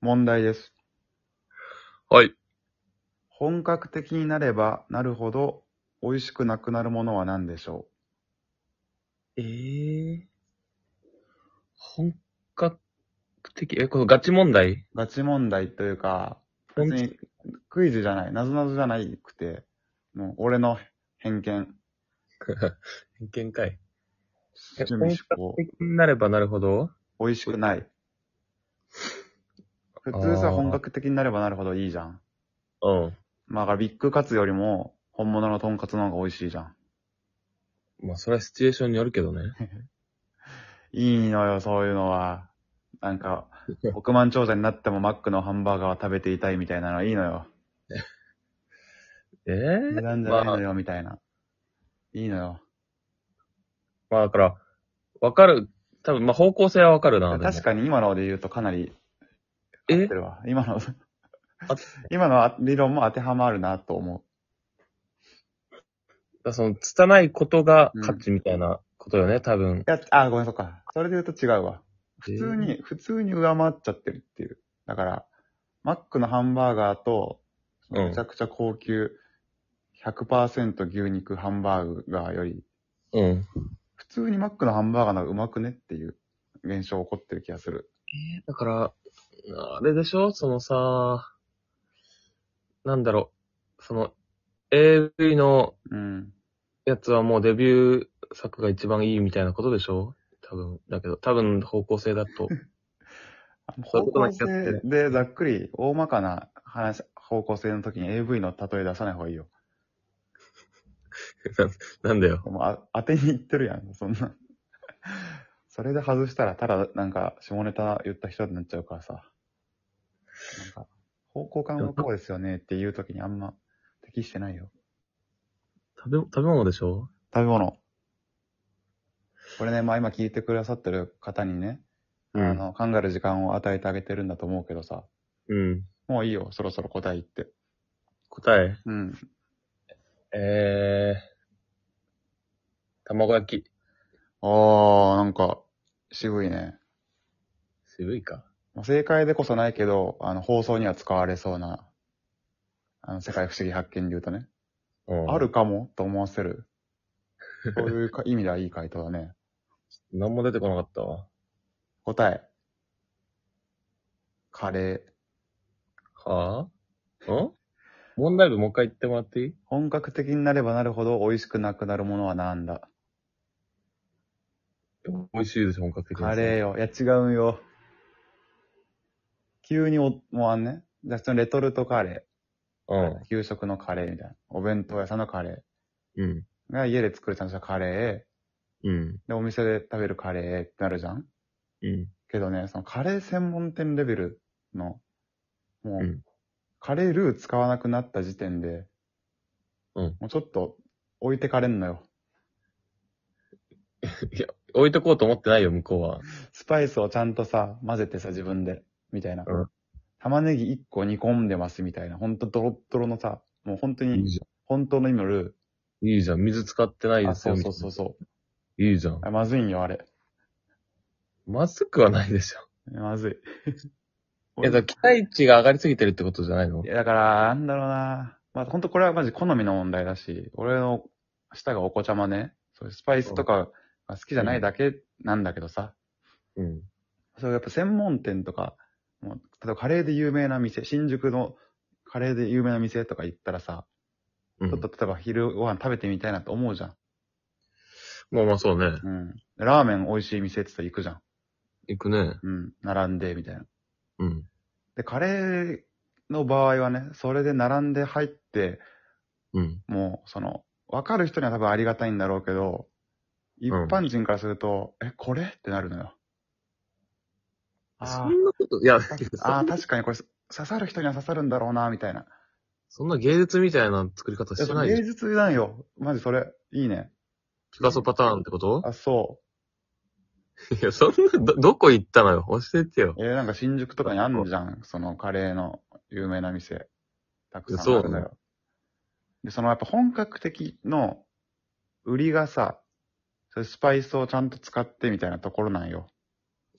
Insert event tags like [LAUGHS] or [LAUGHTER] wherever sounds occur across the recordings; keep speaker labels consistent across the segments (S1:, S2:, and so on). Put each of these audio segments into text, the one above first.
S1: 問題です。
S2: はい。
S1: 本格的になればなるほど美味しくなくなるものは何でしょ
S2: ええ本格的、え、このガチ問題
S1: うガチ問題というか、
S2: 本
S1: 別
S2: 当
S1: にクイズじゃない、なぞなぞじゃないくて、もう俺の偏見、
S2: 偏見かい。え
S1: 趣
S2: 本
S1: 味思
S2: 格
S1: 考、
S2: 的になればなるほど
S1: 美味しくない。普通
S2: あ
S1: さ、
S2: ー
S1: 本格的になればなるほどいいじゃん。
S2: うん。
S1: まあ、だからビッグカツよりも、本物のトンカツの方が美味しいじゃん。
S2: まあ、それはシチュエーションによるけどね。
S1: いいのよ、そういうのは。なんか、億万長者になってもマックのハンバーガーは食べていたいみたいなのはいいのよ。
S2: ええ
S1: 値段じゃないのよ、みたいな。いいのよ。
S2: まあ、だから、わかる。多分、まあ、方向性はわかるな。
S1: 確
S2: か
S1: かに今ので言うとかなり合って
S2: え
S1: るわ。今の
S2: あ、
S1: [LAUGHS] 今の理論も当てはまるなと思
S2: その、拙いことが価値みたいなことよね、多
S1: う。
S2: 分。
S1: いや、あ、ごめん、そっか。それで言うと違うわ。普通に、普通に上回っちゃってるっていう。だから、マックのハンバーガーと、
S2: うん
S1: めちゃくちゃ高級、100%牛肉ハンバーガーより、
S2: うん。
S1: 普通にマックのハンバーガーの方がうまくねっていう現象起こってる気がする。
S2: だから、あれでしょそのさ、なんだろう、その、AV の
S1: うん。
S2: やつはもうデビュー作が一番いいみたいなことでしょ多分、だけど、多分方向性だと。そういう
S1: 方
S2: こと
S1: 向
S2: なんですね
S1: 性でざっくり、大まかな話、方向性の時に AV の例え出さない方がいいよ。
S2: [LAUGHS] なんだよ。
S1: もうあ当てにいってるやん、そんな。 [LAUGHS] それで外したら、ただなんか、下ネタ言った人になっちゃうからさ。なんか、方向感はこうですよねっていう時にあんま適してないよ。
S2: 食べ、食べ物でしょ
S1: 食べ物。これね、まあ今聞いてくださってる方にね、あ。の、考える時間を与えてあげてるんだと思うけどさ、
S2: うん。
S1: もういいよ、そろそろ答え言って。
S2: 答え
S1: うん。
S2: えー、卵焼き。
S1: あー、なんか、渋いね。
S2: 渋いか。
S1: まあ正解でこそないけど、あの、放送には使われそうな、あの、世界不思議発見で言うとね、
S2: うん
S1: あるかもと思わせる。そういうか意味ではいい回答だね。
S2: 何も出てこなかったわ。
S1: 答え。カレー。
S2: はぁ、ん問題文もう一回言ってもらっていい
S1: 本格的になればなるほど美味しくなくなるものはなんだ
S2: 美味しいでしょ、本格的に。
S1: カレーよ。いや、違うよ。急にお、もうあんね。じゃあ、そのレトルトカレ
S2: うん。
S1: ー。給食のカレーみたいな。お弁当屋さんのカレ
S2: うん。
S1: ー。が家で作るちゃんとしたカレ
S2: うん。
S1: ー。で、お店で食べるカレーってなるじゃん
S2: うん。
S1: けどね、そのカレー専門店レベルの、もう、
S2: うん
S1: カレールー使わなくなった時点で、
S2: うん
S1: もうちょっと置いてかれんのよ。
S2: いや、置いとこうと思ってないよ、向こうは。
S1: スパイスをちゃんとさ、混ぜてさ、自分で、みたいな。
S2: うん
S1: 玉ねぎ1個煮込んでますみたいな。ほんとドロッドロのさ、もう本当に、
S2: じ
S1: 本当の意味のル
S2: ゃん。いいじゃん。水使ってない
S1: ー。
S2: で
S1: あ、
S2: す
S1: そ
S2: よ。
S1: うそうそうそう。
S2: みたいないいじゃん。
S1: あまずいんよ、あれ。
S2: まずくはないでしょ。
S1: まずい。
S2: いや、だから期待値が上がりすぎてるってことじゃないの
S1: いや、だから、なんだろうな。まあ、ほんとこれはマジ好みの問題だし、俺の舌がお子ちゃまね、そういうスパイスとかが好きじゃないだけなんだけどさ、
S2: うん。
S1: そういうやっぱ専門店とか、もう例えばカレーで有名な店、新宿のカレーで有名な店とか行ったらさ、
S2: うん
S1: ちょっと例えば昼ご飯食べてみたいなと思うじゃん。
S2: まあまあそうね。
S1: うん。ラーメン美味しい店って言ったら行くじゃん。
S2: 行くね。
S1: うん。並んで、みたいな。
S2: うん。
S1: で、カレーの場合はね、それで並んで入って、
S2: うん。
S1: もう、その、わかる人には多分ありがたいんだろうけど、一般人からすると、え、これってなるのよ。
S2: そ
S1: あ
S2: んなこと、いや、
S1: ーあー、確かにこれ刺さる人には刺さるんだろうな、みたいな。
S2: そんな芸術みたいな作り方
S1: いやそ
S2: してな
S1: れ
S2: いでし
S1: 芸
S2: ょ。
S1: 術なんよ。マジそれ、いいね。
S2: ピカソパターンってこと
S1: あ、そ
S2: いや、そんな、ど、どこ行ったのよ。教えてよ。
S1: う。えーなんか新宿とかにあんじゃん。そのカレーの有名な店。たくさん
S2: そう
S1: あるんだ
S2: な
S1: よ。で、そのやっぱ本格的の売りがさ、それスパイスをちゃんと使ってみたいなところなんよ。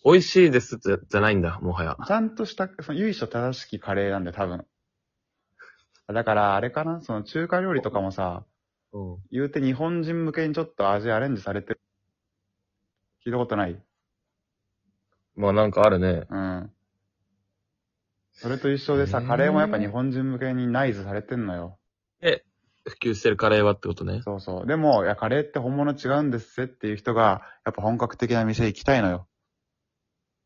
S2: 美味しいですじゃじゃないんだ、もはや。
S1: ちゃんとした、その由緒正しきカレーなんで多分。だから、あれかなその中華料理とかもさ、
S2: うん。
S1: 言うて日本人向けにちょっと味アレンジされてる。聞いたことない
S2: まあなんかあるね。
S1: うん。それと一緒でさ、
S2: へー
S1: カレーもやっぱ日本人向けにナイズされてんのよ。
S2: 普及してるカレーはってことね。
S1: そうそう。でも、いや、カレーって本物違うんですぜっていう人が、やっぱ本格的な店行きたいのよ。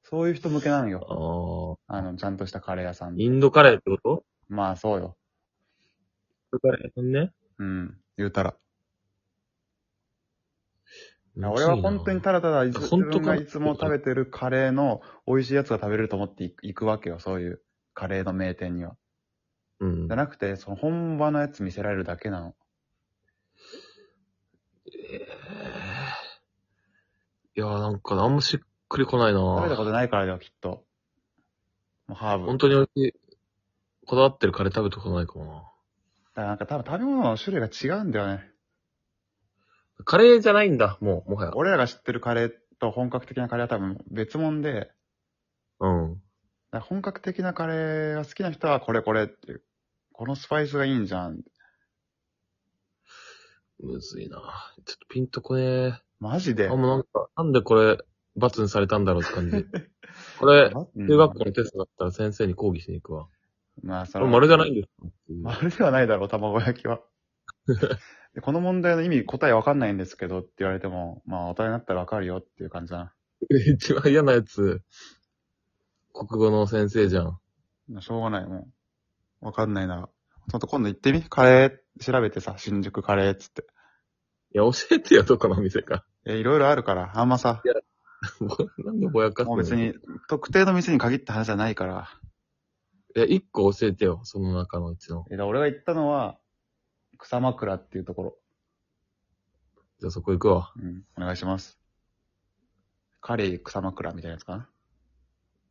S1: そういう人向けなの
S2: あ
S1: よ。
S2: あ。
S1: あの、ちゃんとしたカレー屋さん。
S2: インドカレーってこと
S1: まあ、そうよ。
S2: インドカレー屋さんね。
S1: うん。言うたら。いや俺は本当にただただいつ、自
S2: 本当か
S1: 分がいつも食べてるカレーの美味しいやつが食べれると思ってい行くわけよ。そういうカレーの名店には。
S2: うん
S1: じゃ。なくて、その本場のやつ見せられるだけなの。
S2: えーいやーなんか、あんましっくりこないな
S1: 食べたことないからだよ、きっと。もうハーブ。
S2: 本当に美味しい。こだわってるカレー食べたことないかもな。
S1: だからなんか多分食べ物の種類が違うんだよね。
S2: カレーじゃないんだ、もう、もはや。
S1: 俺らが知ってるカレーと本格的なカレーは多分別物で、だか
S2: うん。
S1: ら本格的なカレーが好きな人はこれこれっていう。このスパイスがいいんじゃん。
S2: むずいなちょっとピンとこねー
S1: マジで
S2: あ、。もうなんか、なんでこれ、罰にされたんだろうって [LAUGHS] 感じ。これ、
S1: うん
S2: 中学校のテストだったら先生に抗議しに行くわ。
S1: まあ、そ
S2: こ
S1: の
S2: れ丸じゃないんですかっていう
S1: 丸ではないだろう、卵焼きは。でこの問題の意味、答えわかんないんですけどって言われても、まあ、大人になったらわかるよっていう感じだ
S2: 一番嫌なやつ、国語の先生じゃん。
S1: な。しょうがない、もう。わかんないな。ちょっと今度行ってみカレー調べてさ、新宿カレーっつって。
S2: いや、教えてよ、どこのお店か。 [LAUGHS]
S1: え、いろいろあるから、あんまさ、
S2: もうなんでぼやかす
S1: も
S2: の
S1: う別に。、特定の店に限った話じゃないから。
S2: いや、一個教えてよ、その中のうちの。
S1: え、だから俺が行ったのは、草枕っていうところ。
S2: じゃあそこ行くわ。
S1: うん、お願いします。カレー草枕みたいなやつかな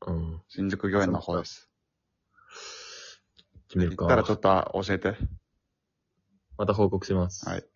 S2: うん。
S1: 新宿御苑の方です。
S2: 決める
S1: 行
S2: か。
S1: ったらちょっと教えて。
S2: また報告します。
S1: はい